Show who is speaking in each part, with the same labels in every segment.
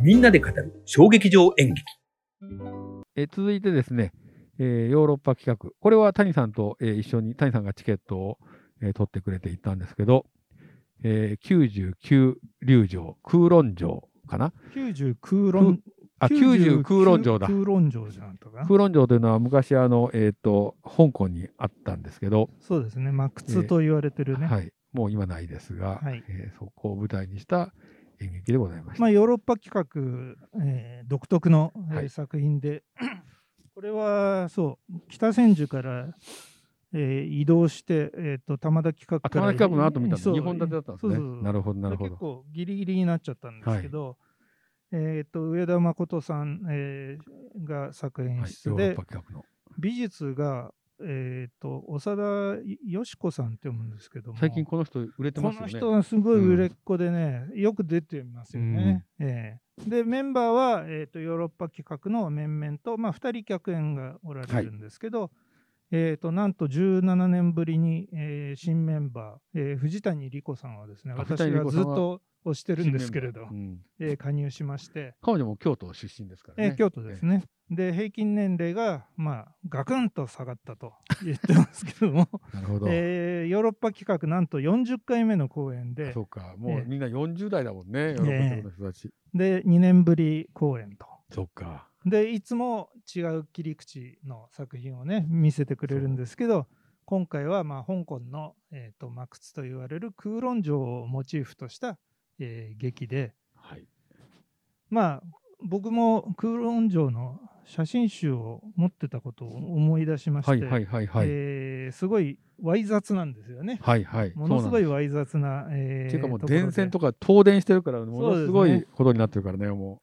Speaker 1: みんなで語る小劇場演劇。
Speaker 2: え続いてですね、えーヨーロッパ企画。これは谷さんと、えー一緒に、谷さんがチケットを、えー取ってくれて行ったんですけど、えー99流城、空論城かな
Speaker 3: 90空論。
Speaker 2: あ、90空論城だ。
Speaker 3: 空論城じゃなかったかな。
Speaker 2: 空論城というのは昔、あの、えっ、と、香港にあったんですけど、
Speaker 3: そうですね。マックツと言われてるね。
Speaker 2: はい、もう今ないですが、
Speaker 3: はい
Speaker 2: えーそこを舞台にした演劇でございました。
Speaker 3: まあ、ヨーロッパ企画、えー独特の、えー
Speaker 2: はい
Speaker 3: 作品で、 これはそう北千住から、えー移動して、えー、と玉田企画
Speaker 2: あ、
Speaker 3: か
Speaker 2: 玉
Speaker 3: ら
Speaker 2: 田企画の後見た
Speaker 3: そ
Speaker 2: の
Speaker 3: う
Speaker 2: 日本立てだったんですね。
Speaker 3: そうそうそう
Speaker 2: なるほど、なるほ
Speaker 3: 結
Speaker 2: ど。
Speaker 3: 構ギリギリになっちゃったんですけど、えー、と上田誠さん、えーが作演
Speaker 2: はい、
Speaker 3: 出
Speaker 2: ヨー
Speaker 3: で、
Speaker 2: ロッパ企画の。
Speaker 3: 美術が、えー、と長田よし子さんって読むんですけども
Speaker 2: 最近この人売れてま
Speaker 3: こ
Speaker 2: すよ
Speaker 3: の
Speaker 2: ね。
Speaker 3: 人はすごい売れっ子でね、よく出てますよね。ええでメンバーは、えー、とヨーロッパ企画の面々と、まあ、2人客演がおられるんですけど、えー、となんと17年ぶりに、えー新メンバー、えー藤谷莉子さんはですね
Speaker 2: あ
Speaker 3: 私
Speaker 2: 藤谷莉
Speaker 3: が
Speaker 2: 子
Speaker 3: ず
Speaker 2: さ
Speaker 3: っ
Speaker 2: んは
Speaker 3: と推してるんですけれど
Speaker 2: う、ん
Speaker 3: えー加入しまして、
Speaker 2: 彼女も京都出身ですから
Speaker 3: え
Speaker 2: ね。
Speaker 3: ー京都ですね。で平均年齢が、まあ、ガクンと下がっ たと言ってますけども、
Speaker 2: ええ。なるほど。
Speaker 3: えーヨーロッパ企画なんと40回目の公演で
Speaker 2: あそうか、も
Speaker 3: ええ
Speaker 2: うみんな40代だもんね、ヨーロッパ企画の人たち。
Speaker 3: で2年ぶり公演と。
Speaker 2: そうか。
Speaker 3: でいつも違う切り口の作品をね見せてくれるんですけど今回はまあ香港の、えー、とマクツと言われる空論城をモチーフとした、えー劇で
Speaker 2: はい。
Speaker 3: まあ僕も空論城の写真集を持ってたことを思い出しまして、
Speaker 2: はいはいはいはい。
Speaker 3: えーすごいわい雑なんですよね。
Speaker 2: はいはい。
Speaker 3: ものすご
Speaker 2: い。
Speaker 3: いわい雑な。えー
Speaker 2: っていうかもう
Speaker 3: ところで
Speaker 2: 電線とか東電してるから、ものすご
Speaker 3: そうです
Speaker 2: いことになってるからね、も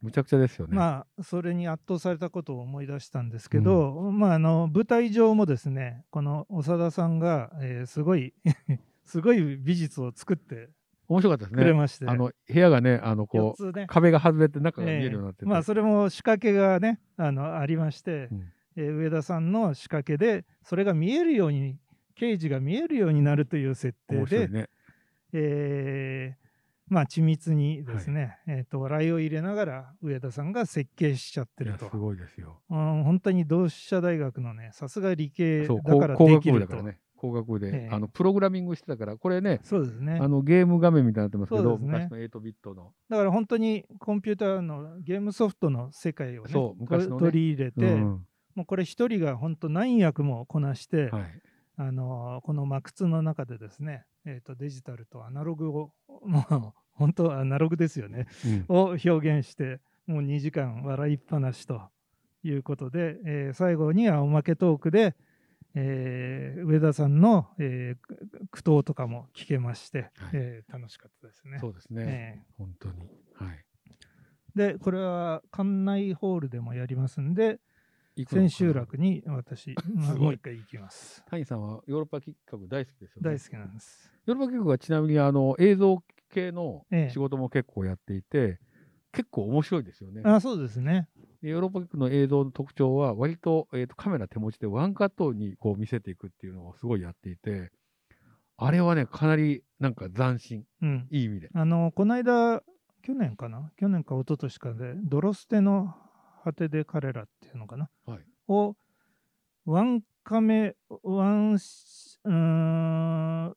Speaker 2: う。むちゃくちゃですよね。
Speaker 3: まあそれに圧倒されたことを思い出したんですけど、まああの舞台上もですねこの長田さんが、えーすごい すごい美術を作って
Speaker 2: 面白かったです
Speaker 3: くれ
Speaker 2: ね。
Speaker 3: まして、
Speaker 2: あの、部屋がね、あの、こ
Speaker 3: 4
Speaker 2: う、
Speaker 3: つね、
Speaker 2: 壁が外れて中が見えるようになってて、
Speaker 3: えーまあそれも仕掛けがねあのありまして、
Speaker 2: うん
Speaker 3: えー上田さんの仕掛けでそれが見えるように刑事が見えるようになるという設定
Speaker 2: 面白
Speaker 3: で、
Speaker 2: いね。
Speaker 3: えーまあ緻密にですね、えー、と笑いを入れながら上田さんが設計しちゃって
Speaker 2: い
Speaker 3: る
Speaker 2: や
Speaker 3: と
Speaker 2: す。ごいですよ。
Speaker 3: うん、本当に同志社大学のね、さすが理系
Speaker 2: そう、
Speaker 3: だ
Speaker 2: 工
Speaker 3: から
Speaker 2: 工
Speaker 3: でき
Speaker 2: 学部
Speaker 3: る
Speaker 2: だ
Speaker 3: と。
Speaker 2: からね。工学部で、
Speaker 3: ええ
Speaker 2: あのプログラミングしてたから、これね、
Speaker 3: そうですね
Speaker 2: あ。のゲーム画面みたいになってますけ
Speaker 3: そう
Speaker 2: ど、
Speaker 3: ですね
Speaker 2: 昔の8ビットの。
Speaker 3: だから本当にコンピューターのゲームソフトの世界をね、
Speaker 2: そう昔のね
Speaker 3: 取り入れて、
Speaker 2: うん
Speaker 3: もうこれ一人が本当何役もこなして、
Speaker 2: はい、
Speaker 3: あのーこのマクツの中でですね、えーとデジタルとアナログを、もう本当アナログですよね、
Speaker 2: うん
Speaker 3: を表現して、もう2時間笑いっぱなしということで、えー最後にはおまけトークで、えー上田さんの、えーく苦闘とかも聞けまして、
Speaker 2: はい
Speaker 3: えー楽しかったですね。
Speaker 2: そうですね、
Speaker 3: え
Speaker 2: 本当に。はい
Speaker 3: ーで、これは館内ホールでもやりますんで、
Speaker 2: いくら
Speaker 3: 千
Speaker 2: か、
Speaker 3: 秋楽に 私、まあ
Speaker 2: すごい
Speaker 3: もう一回行きます。
Speaker 2: 谷さんはヨーロッパ企画大好きですよね。
Speaker 3: 大好きなんです。
Speaker 2: ヨーロッパ企画はちなみにあの映像系の
Speaker 3: ええ
Speaker 2: 仕事も結構やっていて、結構面白いですよね。
Speaker 3: あ、そうですね。
Speaker 2: でヨーロッパ企画の映像の特徴は、割と,、えー、とカメラ手持ちでワンカットにこう見せていくっていうのをすごいやっていて、あれはね、かなりなんか斬新、
Speaker 3: うん。
Speaker 2: いい意味で。
Speaker 3: あの、この間、去年かな去年か一昨年かで、ドロステの果てで彼らっていうのかな
Speaker 2: はい、
Speaker 3: を、ワンカメ、ワンシ、うーん、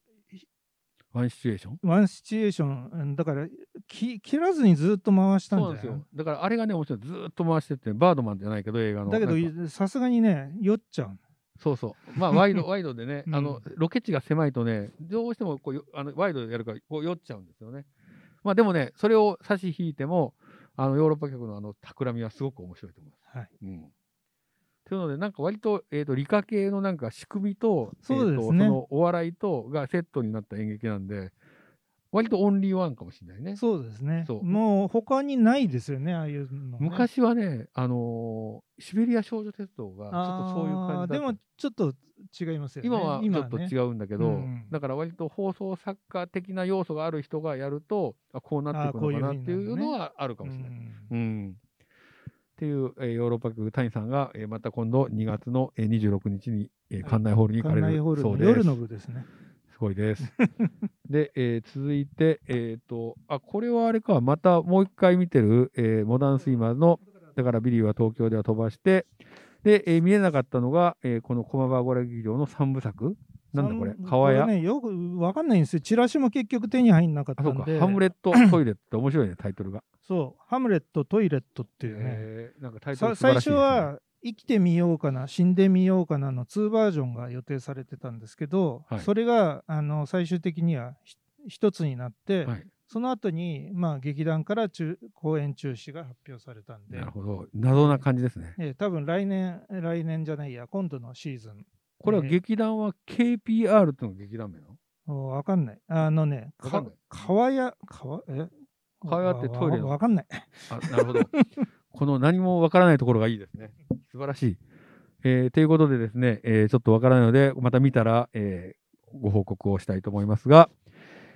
Speaker 2: ワンシチュエーション
Speaker 3: ワンシチュエーションうん、だから、き切らずにずっと回したん
Speaker 2: そう
Speaker 3: じ
Speaker 2: な
Speaker 3: ゃ
Speaker 2: ん
Speaker 3: な
Speaker 2: ですよ。
Speaker 3: い
Speaker 2: だからあれがね、面白い。ずーっと回してって、バードマンじゃないけど、映画の。
Speaker 3: だけ
Speaker 2: なんか
Speaker 3: ど、さすがにね、酔っちゃう。
Speaker 2: そうそう。まあ、ワイ ド、ワイドでね、
Speaker 3: うん
Speaker 2: あの、ロケ地が狭いとね、どうしてもこうよあのワイドでやるから、こう酔っちゃうんですよね。まあ、でもね、それを差し引いても、あの、ヨーロッパ局のあの、企みはすごく面白いと思います。
Speaker 3: はい。
Speaker 2: うん。というので、なんか割と、えっ、と、理科系のなんか仕組みと、
Speaker 3: そうですね
Speaker 2: えーとそのお笑いと、がセットになった演劇なんで、割とオンリーワンかもしれないね。
Speaker 3: そうですね。
Speaker 2: そう
Speaker 3: もう、他にないですよね、ああいうの、ね。
Speaker 2: 昔はね、あのーシベリア少女鉄道がちょっとそういう感
Speaker 3: あー
Speaker 2: じだった
Speaker 3: でも、ちょっと違いますよね。
Speaker 2: 今はちょっと
Speaker 3: ね
Speaker 2: 違うんだけど、
Speaker 3: うんうん
Speaker 2: だから割と放送作家的な要素がある人がやるとあこうなっていくのかな
Speaker 3: あーこういうふうになる
Speaker 2: っていうのはあるかもしれない。うんっていう、えーヨーロッパ局谷さんが、えーまた今度2月のえー26日に、えー
Speaker 3: はい
Speaker 2: 館内ホールに行か
Speaker 3: 館
Speaker 2: れ
Speaker 3: 内ホ
Speaker 2: る
Speaker 3: ール
Speaker 2: そう
Speaker 3: の
Speaker 2: です。
Speaker 3: 夜の部ですね。
Speaker 2: すごい です。で、えー続いて、えっ、と、あ、これはあれか、またもう一回見てる、えーモダンスイマーの、だからビリーは東京では飛ばして、で、えー見えなかったのが、えーこの駒場ゴラ劇場の三部作。なんだこれ
Speaker 3: さん
Speaker 2: 川屋
Speaker 3: これね、よくわかんないんですよ。チラシも結局手に入んなかっ
Speaker 2: あ、
Speaker 3: た
Speaker 2: そうか、
Speaker 3: んで。
Speaker 2: ハムレッ トトイレって面白いね、タイトルが。
Speaker 3: そう、ハムレット、トイレットっていうね。
Speaker 2: えーなんかタイトル
Speaker 3: さ
Speaker 2: 素晴
Speaker 3: 最
Speaker 2: らしい
Speaker 3: 初
Speaker 2: ですね、
Speaker 3: は生きてみようかな、死んでみようかなの2バージョンが予定されてたんですけど、
Speaker 2: はい
Speaker 3: それがあの最終的にはひ一つになって、
Speaker 2: はい
Speaker 3: その後にまあ劇団から中公演中止が発表されたんで
Speaker 2: なる、ほど、謎な感じですね。
Speaker 3: えー多分来年、来年じゃないや、今度のシーズン、
Speaker 2: これは
Speaker 3: えー
Speaker 2: 劇団は KPR っていうのが劇団名なの
Speaker 3: おわかんない。あのね、
Speaker 2: わかんない
Speaker 3: 川屋、川、え
Speaker 2: 川屋ってトイレの
Speaker 3: わわかんない。
Speaker 2: あなるほど。 この何もわからないところがいいですね。素晴らしい。えーということでですね、えーちょっとわからないので、また見たら、えーご報告をしたいと思いますが、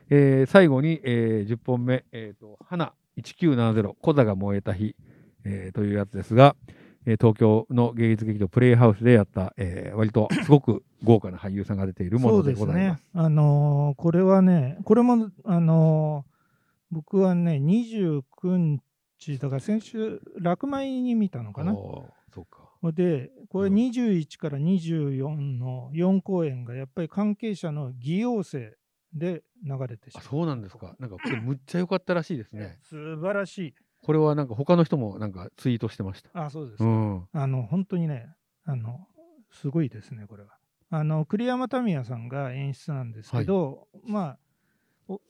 Speaker 2: えー最後に、えー10本目、えーと花1970、小座が燃えた日、えーというやつですが、えー東京の芸術劇場プレイハウスでやった、えー割とすごく豪華な俳優さんが出ているも
Speaker 3: そ
Speaker 2: の
Speaker 3: う
Speaker 2: で
Speaker 3: です
Speaker 2: ございます
Speaker 3: ね。。あのーこれはね、これも、あのー僕はね、29日、だから先週、落米に見たのかな。
Speaker 2: おーそうか。
Speaker 3: で、これ
Speaker 2: うん
Speaker 3: 21から24の4公演が、やっぱり関係者の偽陽性で流れてしま
Speaker 2: あ
Speaker 3: う。
Speaker 2: そうなんですか。なんかこれむっちゃ良かったらしいですね。
Speaker 3: 素晴らしい。
Speaker 2: これはなんか他の人もなんかツイートしてました。
Speaker 3: あ、そうですか。
Speaker 2: うん。
Speaker 3: あの本当にねあのすごいですねこれはあの栗山民也さんが演出なんですけど、まあお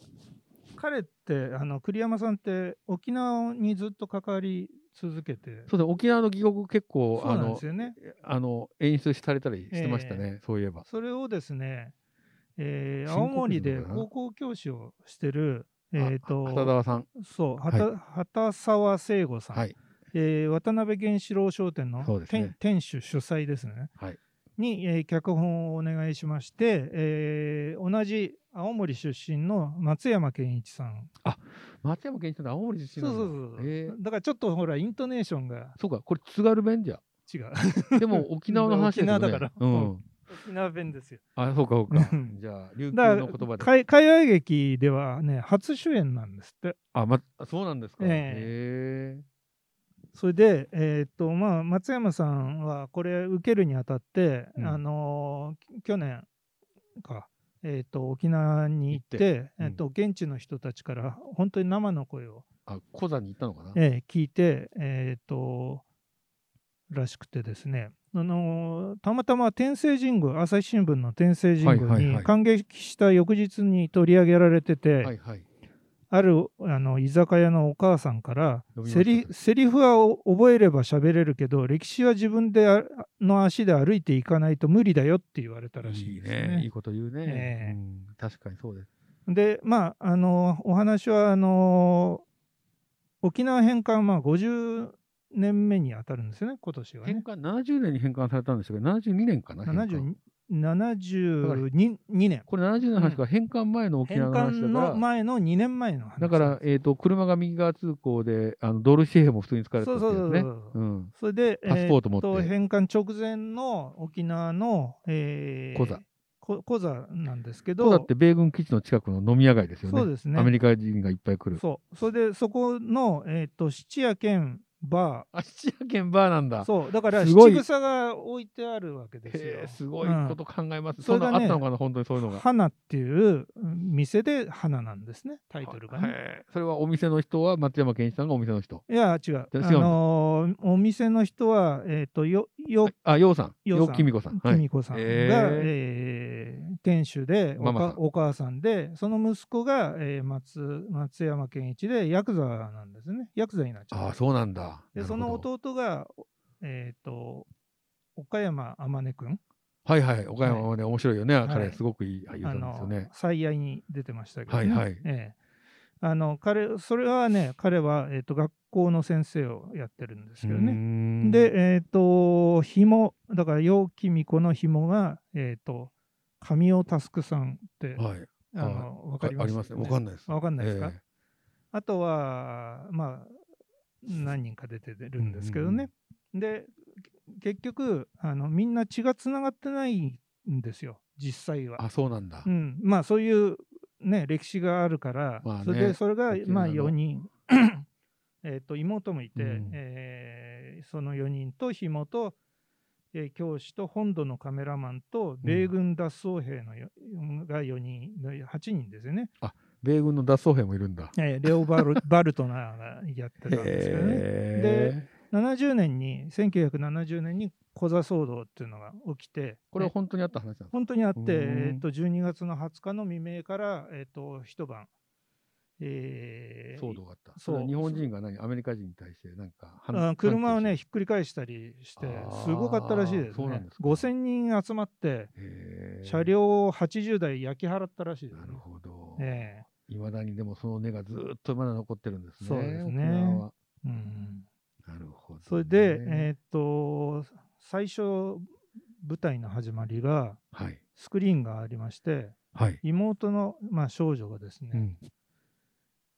Speaker 3: 彼ってあの栗山さんって沖縄にずっと関わり続けて
Speaker 2: そうだ、沖縄の戯曲結構、
Speaker 3: そう
Speaker 2: あ
Speaker 3: なんで
Speaker 2: の
Speaker 3: す、よね
Speaker 2: あの、演出されたりしてましたね、そういえば。
Speaker 3: それをですね、えー
Speaker 2: 新
Speaker 3: 青
Speaker 2: 国
Speaker 3: 森で
Speaker 2: なのかな
Speaker 3: 高校教師をしてるえっ、
Speaker 2: あ畑
Speaker 3: と
Speaker 2: 沢さん。
Speaker 3: そうは
Speaker 2: は
Speaker 3: た畑沢聖吾さん、
Speaker 2: はい。
Speaker 3: えー渡辺源四郎商店の
Speaker 2: そうです
Speaker 3: 店,、
Speaker 2: ね
Speaker 3: 店主主催ですね、
Speaker 2: はい
Speaker 3: に、えー脚本をお願いしまして、えー同じ青森出身の松山ケンイチさん
Speaker 2: 松山健一さんって青森出
Speaker 3: そう
Speaker 2: 身なんだ
Speaker 3: そうそうそう、
Speaker 2: えー
Speaker 3: だからちょっとほらイントネーションが
Speaker 2: そうか、これ津軽弁じ ゃ。
Speaker 3: 違う
Speaker 2: でも沖縄の話ですよね。
Speaker 3: 沖縄だか
Speaker 2: う
Speaker 3: ら
Speaker 2: ん。
Speaker 3: 沖縄弁ですよ
Speaker 2: あ、そうか、そうか
Speaker 3: う。ん
Speaker 2: じゃあ、琉球
Speaker 3: だ
Speaker 2: の
Speaker 3: か
Speaker 2: 言葉
Speaker 3: ら
Speaker 2: で。
Speaker 3: かい海外劇ではね初主演なんですって
Speaker 2: あ、ま、あそうなんですか。
Speaker 3: ええ
Speaker 2: へえ。
Speaker 3: それで、えーっとまあ、松山さんはこれ受けるにあたって、
Speaker 2: うん
Speaker 3: あのーき去年か、えーっと沖縄に行って
Speaker 2: 行
Speaker 3: えーっと現地の人たちから本当に生の声を、
Speaker 2: あ、小座に行ったのかな。
Speaker 3: えー聞いて、えーっとらしくてですね、あのーたまたま天聖神宮朝日新聞の天聖神
Speaker 2: は
Speaker 3: 宮
Speaker 2: いはいはい
Speaker 3: に感激した翌日に取り上げられてて、
Speaker 2: はいはい。
Speaker 3: あるあの居酒屋のお母さんから
Speaker 2: 呼びました
Speaker 3: セリセリフはお覚えれば喋れるけど歴史は自分であの足で歩いていかないと無理だよって言われたらし
Speaker 2: い
Speaker 3: い
Speaker 2: い
Speaker 3: です
Speaker 2: ね。いい
Speaker 3: ね。
Speaker 2: こと言う
Speaker 3: ええ
Speaker 2: ね。うん確かにそうです。
Speaker 3: でまああのお話はあの沖縄返還まあ50年目にあたるんですよね今年は
Speaker 2: 返
Speaker 3: ね。
Speaker 2: 還、70年に返還されたんでしたけど、72年かな。返還
Speaker 3: 72 72年。
Speaker 2: これ70年の話が返還前の沖縄の
Speaker 3: 返
Speaker 2: 話だ
Speaker 3: 還
Speaker 2: から、
Speaker 3: の前の2年前の話。
Speaker 2: だから、えー、と車が右側通行であのドル紙幣も普通に使われてたんですね。
Speaker 3: そうそうそうそうそう
Speaker 2: うん
Speaker 3: それで、
Speaker 2: パスポート持って
Speaker 3: えっと返還直前の沖縄の、えー、
Speaker 2: コザ
Speaker 3: こ。コザなんですけど、
Speaker 2: そうだって米軍基地の近くの飲み屋街ですよね。
Speaker 3: そうですね
Speaker 2: アメリカ人がいっぱい来る。
Speaker 3: そうそれでそこの、えっと質屋兼バ
Speaker 2: あ、七夜県バーなん
Speaker 3: ー、
Speaker 2: だ。
Speaker 3: そうだから
Speaker 2: すごい
Speaker 3: 七草が置いてあるわけです
Speaker 2: へ
Speaker 3: よ
Speaker 2: え。すごいこと考えます。
Speaker 3: うん
Speaker 2: そんなのあ
Speaker 3: そ
Speaker 2: っ
Speaker 3: れがね
Speaker 2: たのかな、本当にそういうのが。
Speaker 3: 花っていううん店で花なんですね、タイトルがね。
Speaker 2: へえそれはお店の人は松山健一さんがお店の人。
Speaker 3: いや、違う。
Speaker 2: 違うんだ
Speaker 3: あのーお店の人は、えっ、と、よ、よ、
Speaker 2: あ、ようさん。
Speaker 3: よう
Speaker 2: よ
Speaker 3: さ
Speaker 2: うんきみこさん。
Speaker 3: きみこさんが、
Speaker 2: へ
Speaker 3: えー店主でおか
Speaker 2: ママさん
Speaker 3: お母さんでその息子が、えー松松山健一でヤクザなんですねヤクザになっちゃ
Speaker 2: あ
Speaker 3: っ
Speaker 2: あ、
Speaker 3: た
Speaker 2: そうなんだ。
Speaker 3: で
Speaker 2: なるほど
Speaker 3: その。弟が、えー、と岡山天音君
Speaker 2: はいはい。岡山はね、面白いよね。
Speaker 3: い
Speaker 2: 彼、すごくいい俳優さ
Speaker 3: あ
Speaker 2: んですよ
Speaker 3: の
Speaker 2: ね。
Speaker 3: 最愛に出てましたけど、ね
Speaker 2: はいはい
Speaker 3: ええあの彼それはね彼は、えー、と学校の先生をやってるんですけどね
Speaker 2: ね
Speaker 3: で、、えっ、と、紐、だから、陽気みこの紐が、えっ、と、神尾佑さんって、
Speaker 2: はい。
Speaker 3: あの、わかり
Speaker 2: ああ
Speaker 3: ま
Speaker 2: り
Speaker 3: す
Speaker 2: ますね。わか
Speaker 3: ん
Speaker 2: んないです。
Speaker 3: わかんないですか、
Speaker 2: ええ
Speaker 3: あとは、まあ、何人か出てるんですけどね。で、け結局、あの、みんな血がつながってないんですよ。実際は。
Speaker 2: あ、そうなんだ
Speaker 3: う。ん、まあそういう、ね、歴史があるから、
Speaker 2: まあね
Speaker 3: それでそれが
Speaker 2: 沖縄の
Speaker 3: まあ4人 えーと妹もいて、
Speaker 2: うん
Speaker 3: えーその4人と紐と、えー教師と本土のカメラマンと米軍脱走兵のよ、が4人の8人ですよね、
Speaker 2: 米軍の脱走兵もいるんだ。
Speaker 3: えーレオバル バルトナーがやってたんですけど ね
Speaker 2: へー
Speaker 3: 70年に1970年にコザ騒動っていうのが起きて
Speaker 2: これは
Speaker 3: ね
Speaker 2: 本当にあった話なんですか
Speaker 3: 本当にあって、
Speaker 2: うん
Speaker 3: えー、と12月の20日の未明から、えー、と一晩、えー
Speaker 2: 騒動があった。
Speaker 3: そう
Speaker 2: それは日本人が何アメリカ人に対してなんか反
Speaker 3: あ車をね
Speaker 2: 反
Speaker 3: ひっくり返したりして
Speaker 2: あー
Speaker 3: すごかったらしいです
Speaker 2: そうなん
Speaker 3: ね
Speaker 2: ですか
Speaker 3: 5000人集まって
Speaker 2: 抗してへー
Speaker 3: 車両を80台焼き払ったらしいです
Speaker 2: な
Speaker 3: ね
Speaker 2: るほど。
Speaker 3: え
Speaker 2: いまだにでもその根がずーっとまだ残ってるんですね。
Speaker 3: そうですね
Speaker 2: 沖縄は
Speaker 3: えうん
Speaker 2: なるほどね。
Speaker 3: それで、えっ、と最初舞台の始まりが
Speaker 2: はい
Speaker 3: スクリーンがありまして
Speaker 2: はい。
Speaker 3: 妹の、まあ、少女がですね、
Speaker 2: うん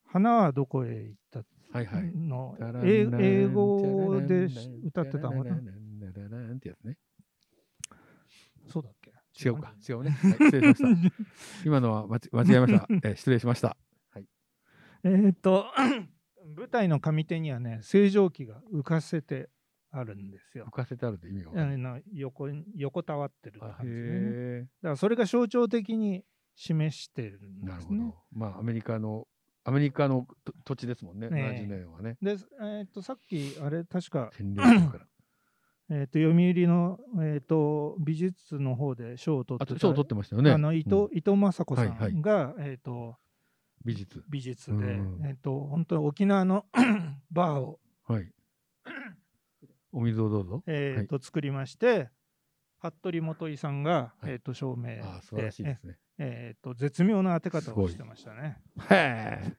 Speaker 3: 花はどこへ行った
Speaker 2: はいはい。
Speaker 3: の、
Speaker 2: タラン
Speaker 3: え
Speaker 2: ラン
Speaker 3: 英語で
Speaker 2: タランラン
Speaker 3: 歌ってたも
Speaker 2: タラ
Speaker 3: の
Speaker 2: ンランタランランってやつね。
Speaker 3: そうだっけ
Speaker 2: 違うか。違うね。はい失礼 しました。今のは間ち間違えました。えー失礼しました。
Speaker 3: えーっと舞台の上手にはね正常期が浮かせてあるんですよ
Speaker 2: 浮。かせてあるって意味がわか
Speaker 3: あ
Speaker 2: んない。
Speaker 3: の横に横たわってる感じでね、だ
Speaker 2: へ
Speaker 3: からそれが象徴的に示してるん
Speaker 2: ーな
Speaker 3: で
Speaker 2: る
Speaker 3: す
Speaker 2: ほど
Speaker 3: ね。。
Speaker 2: まあアメリカのアメリカのと土地ですもんね。
Speaker 3: ねえ
Speaker 2: 70年はね。
Speaker 3: で、えーっとさっきあれ確か、
Speaker 2: 占領だ から。
Speaker 3: えーっと読売の、えーっと美術の方で賞を取
Speaker 2: あ
Speaker 3: っ
Speaker 2: と
Speaker 3: てた
Speaker 2: 賞取ってましたよね。
Speaker 3: あの伊藤、
Speaker 2: うん
Speaker 3: 伊藤雅子さ
Speaker 2: はいはい
Speaker 3: んが、えーっと
Speaker 2: 美術。
Speaker 3: 美術で、
Speaker 2: うん
Speaker 3: えーっと本当に沖縄の バーを
Speaker 2: はい。 お水をどうぞ。
Speaker 3: えーと作りまして、服部元井さんが、
Speaker 2: はい
Speaker 3: えー、と照明で
Speaker 2: ああ、素晴らしいですね。
Speaker 3: えーと絶妙な当て
Speaker 2: す
Speaker 3: 方
Speaker 2: ご
Speaker 3: を
Speaker 2: い
Speaker 3: してましたね。
Speaker 2: へえ。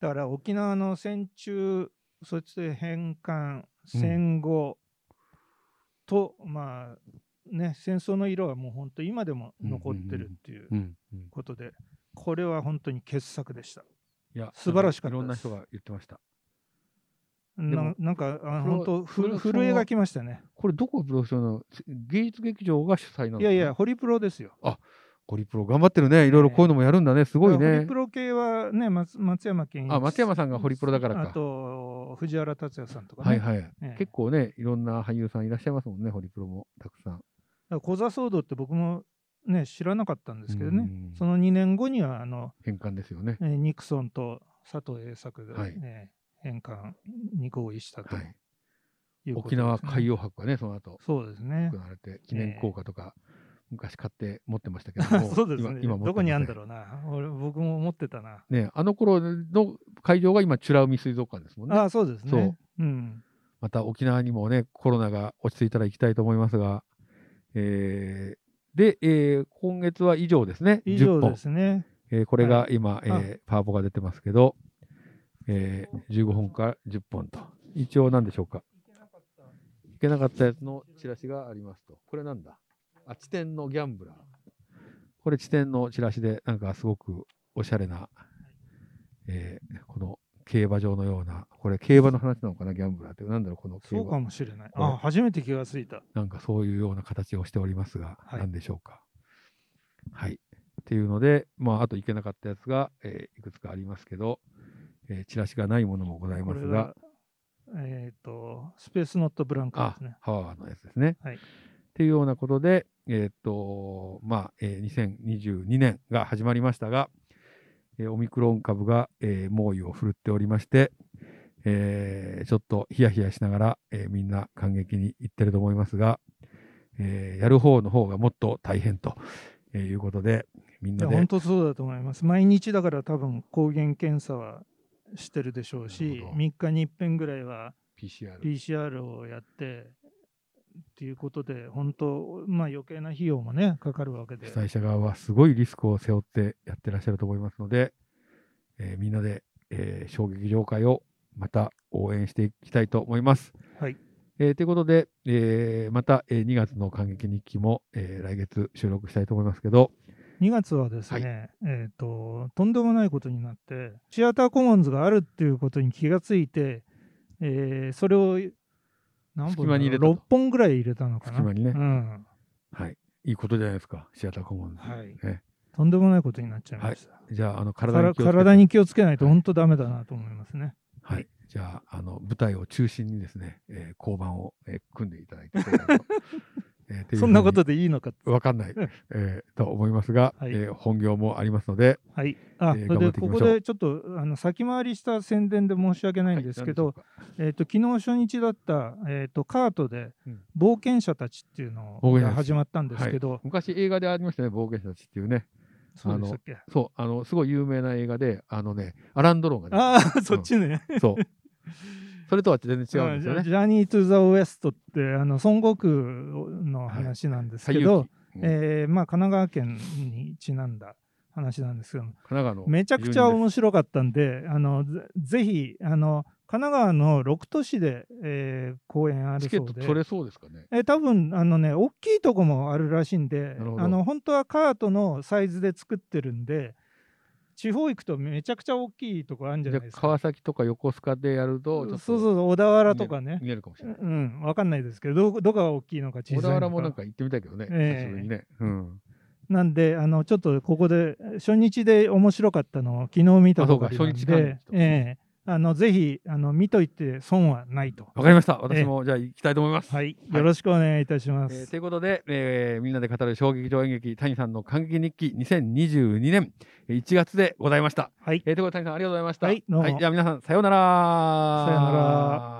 Speaker 3: だから沖縄の戦中そして返還
Speaker 2: うん
Speaker 3: 戦後と、まあね戦争の色はもう本当今でも残ってるっていう
Speaker 2: うん。うん
Speaker 3: ことで、これは本当に傑作でした。
Speaker 2: いや
Speaker 3: 素晴らしかった
Speaker 2: いろんな
Speaker 3: です
Speaker 2: 人が言ってました。で
Speaker 3: な
Speaker 2: も
Speaker 3: なんかあ
Speaker 2: それは
Speaker 3: の本当ふ
Speaker 2: それは
Speaker 3: 震えがきましたね。
Speaker 2: これどこがプロフェッショナルなのせ芸術劇場が主催なの
Speaker 3: いやいや、。ホリプロですよ。
Speaker 2: ホリプロ頑張ってるね。いろいろこういうのもやるんだね。すごい
Speaker 3: ホリ
Speaker 2: ね
Speaker 3: プ。ロ系はね、松松山健一
Speaker 2: あ、松山さんがホリプロだから
Speaker 3: あ
Speaker 2: か。
Speaker 3: と、藤原竜也さんとかね。
Speaker 2: はいはい
Speaker 3: ええ。
Speaker 2: 結構ね、いろんな俳優さんいらっしゃいますもんね。ホリプロもたくさん。
Speaker 3: だから小座騒動って僕もね、知らなかったんですけど
Speaker 2: う
Speaker 3: ね。
Speaker 2: ん
Speaker 3: その2年後には、あの、
Speaker 2: 変換ですよね
Speaker 3: え。ーニクソンと佐藤栄作が、
Speaker 2: はい
Speaker 3: えー返還に合意したと
Speaker 2: はいい。
Speaker 3: うこと
Speaker 2: 沖
Speaker 3: ですね、
Speaker 2: 縄海洋博がね、その後
Speaker 3: そうですね
Speaker 2: 行。われて、記念硬貨とか、昔買って持ってましたけども。
Speaker 3: そうですね
Speaker 2: 今。今持って
Speaker 3: どこにあるんだ
Speaker 2: う
Speaker 3: ろうな。俺、僕も思ってたな。
Speaker 2: ね、あの頃の会場が今、美ら海水族館ですもんね。
Speaker 3: ああ、そうですね。
Speaker 2: そう
Speaker 3: うん。
Speaker 2: また沖縄にもね、コロナが落ち着いたら行きたいと思いますが、えーで、えー今月は以上ですね、
Speaker 3: 以上
Speaker 2: 10本
Speaker 3: で。すね。
Speaker 2: えーこれが今、え
Speaker 3: あ
Speaker 2: ーパワポが出てますけど、えー15本から10本と。一応何でしょうか。いけなかったやつのチラシがありますと。これなんだあ、地点のギャンブラー。これ地点のチラシで、なんかすごくおしゃれな、えーこの競馬場のような、これ競馬の話なのかな、ギャンブラーって。なんだろう、この競
Speaker 3: そうか
Speaker 2: 馬。
Speaker 3: もしれない。
Speaker 2: これ
Speaker 3: あ、初めて気がついた。
Speaker 2: なんかそういうような形をしておりますが、
Speaker 3: はい
Speaker 2: 何でしょうか。はい。っていうので、まあ、あといけなかったやつが、えーいくつかありますけど、えーチラシがないものもござい
Speaker 3: こ
Speaker 2: ま
Speaker 3: れ
Speaker 2: すが
Speaker 3: が、、えっ、と、スペースノットブランカー
Speaker 2: あ
Speaker 3: ですね。
Speaker 2: ハワーのやつですね。
Speaker 3: はい
Speaker 2: っていうようなことで、えーっと、まあ、えー2022年が始まりましたが、えーオミクロン株が、えー猛威を振るっておりまして、えーちょっとヒヤヒヤしながら、えーみんな感激に行ってると思いますが、えーやる方の方がもっと大変と、えーいうことで、みん
Speaker 3: い
Speaker 2: な
Speaker 3: や、
Speaker 2: で
Speaker 3: 本当そうだと思います。毎日だから多分抗原検査はしてるでしょう
Speaker 2: なる
Speaker 3: し
Speaker 2: ほ、ど
Speaker 3: 3日に一遍ぐらいは
Speaker 2: PCR
Speaker 3: PCR をやって、っていうことで、本当、まあ余計な費用もね、かかるわけで
Speaker 2: 被。災者側はすごいリスクを背負ってやってらっしゃると思いますので、えーみんなで、えー、衝撃場会をまた応援していきたいと思います。
Speaker 3: はい
Speaker 2: えーということで、えーまた、えー2月の感激日記も、えー来月収録したいと思いますけど、
Speaker 3: 2月はですね、えっ、と、とんでもないことになって、シアターコモンズがあるっていうことに気がついて、えーそれを何
Speaker 2: 隙間に入れたと
Speaker 3: 6本ぐらい入れたのかな。
Speaker 2: 隙間にね
Speaker 3: うん
Speaker 2: はい、いいことじゃないですか、シアターコモンズ。
Speaker 3: はい
Speaker 2: ね
Speaker 3: とんでもないことになっちゃいました。
Speaker 2: じゃあ、あの体
Speaker 3: 体
Speaker 2: に
Speaker 3: に
Speaker 2: 気をつけて
Speaker 3: 体に気をつけないと本当ダメだなと思いますね。
Speaker 2: はい。じゃあ、あの、舞台を中心にですね、えー、交番を、えー組んでいただい て、えーっていうふうに
Speaker 3: そんなことでいいのか。
Speaker 2: わかんない、えーと思いますが、
Speaker 3: はい
Speaker 2: えー本業もありますので、
Speaker 3: はい。あ、
Speaker 2: えー頑張っ
Speaker 3: で
Speaker 2: ていき
Speaker 3: こ
Speaker 2: ましょう
Speaker 3: こでちょっとあの先回りした宣伝で申し訳ないんですけど、
Speaker 2: はい、
Speaker 3: えっと昨日初日だった、えっとカートで
Speaker 2: うん
Speaker 3: 冒険者たちっていうの
Speaker 2: 冒険者
Speaker 3: が
Speaker 2: たち
Speaker 3: 始まったんですけど、
Speaker 2: 昔映画でありましたね、冒険者たちっていうね、
Speaker 3: そうでしたっけ
Speaker 2: そう、あの、すごい有名な映画で、あのね、アランドロンが出て
Speaker 3: ああ、そっちね。
Speaker 2: るそう。 それとは全然違うんですよ
Speaker 3: あ
Speaker 2: ね。
Speaker 3: ジャーニー・トゥ・ザ・ウエストってあの孫悟空の話なんですけど、
Speaker 2: 西遊記うん
Speaker 3: えーまあ、神奈川県にちなんだ話なんですけども
Speaker 2: 神奈川の
Speaker 3: めちゃくち
Speaker 2: 住
Speaker 3: ゃ
Speaker 2: 人で
Speaker 3: 面白かったんであのぜぜひあの神奈川の6都市で、えー公演あ
Speaker 2: す
Speaker 3: る
Speaker 2: チケッ
Speaker 3: そ
Speaker 2: ト
Speaker 3: うで
Speaker 2: 取れそうですかね。
Speaker 3: えー多分あのね大きいとこもあるらしいんで
Speaker 2: なるほど
Speaker 3: あの本当はカートのサイズで作ってるんで地方行くとめちゃくちゃ大きいとこあるんじゃ
Speaker 2: じ
Speaker 3: な
Speaker 2: ゃ
Speaker 3: いです
Speaker 2: あ
Speaker 3: か。
Speaker 2: 川崎とか横須賀でやると、
Speaker 3: そ
Speaker 2: ちょ
Speaker 3: う
Speaker 2: っ
Speaker 3: そう
Speaker 2: と
Speaker 3: そう小田原とかね
Speaker 2: 見えるかもしれない。
Speaker 3: うん、わかんないですけど、どこどこが大きいのか
Speaker 2: 小
Speaker 3: 小さいのか。
Speaker 2: 田原もなんか行ってみたいけどね、
Speaker 3: ええ
Speaker 2: 久しぶりにね。うん。
Speaker 3: なんで、あの、ちょっとここで、初日で面白かったのを昨日見たばかり
Speaker 2: あそ
Speaker 3: なんで。
Speaker 2: うか初日からね
Speaker 3: ええあの、ぜひ、あの、見といて損はないと。
Speaker 2: わかりました。私もじゃあ行きたいと思います。
Speaker 3: はい。よろしくお願いいたしま
Speaker 2: えー
Speaker 3: す。
Speaker 2: ということで、えーみんなで語る衝撃場演劇、谷さんの感激日記2022年1月でございました。
Speaker 3: はい。
Speaker 2: えーということで、谷さんありがとうございました。
Speaker 3: はいどうも
Speaker 2: じゃあ皆さん、さようなら。
Speaker 3: さようなら。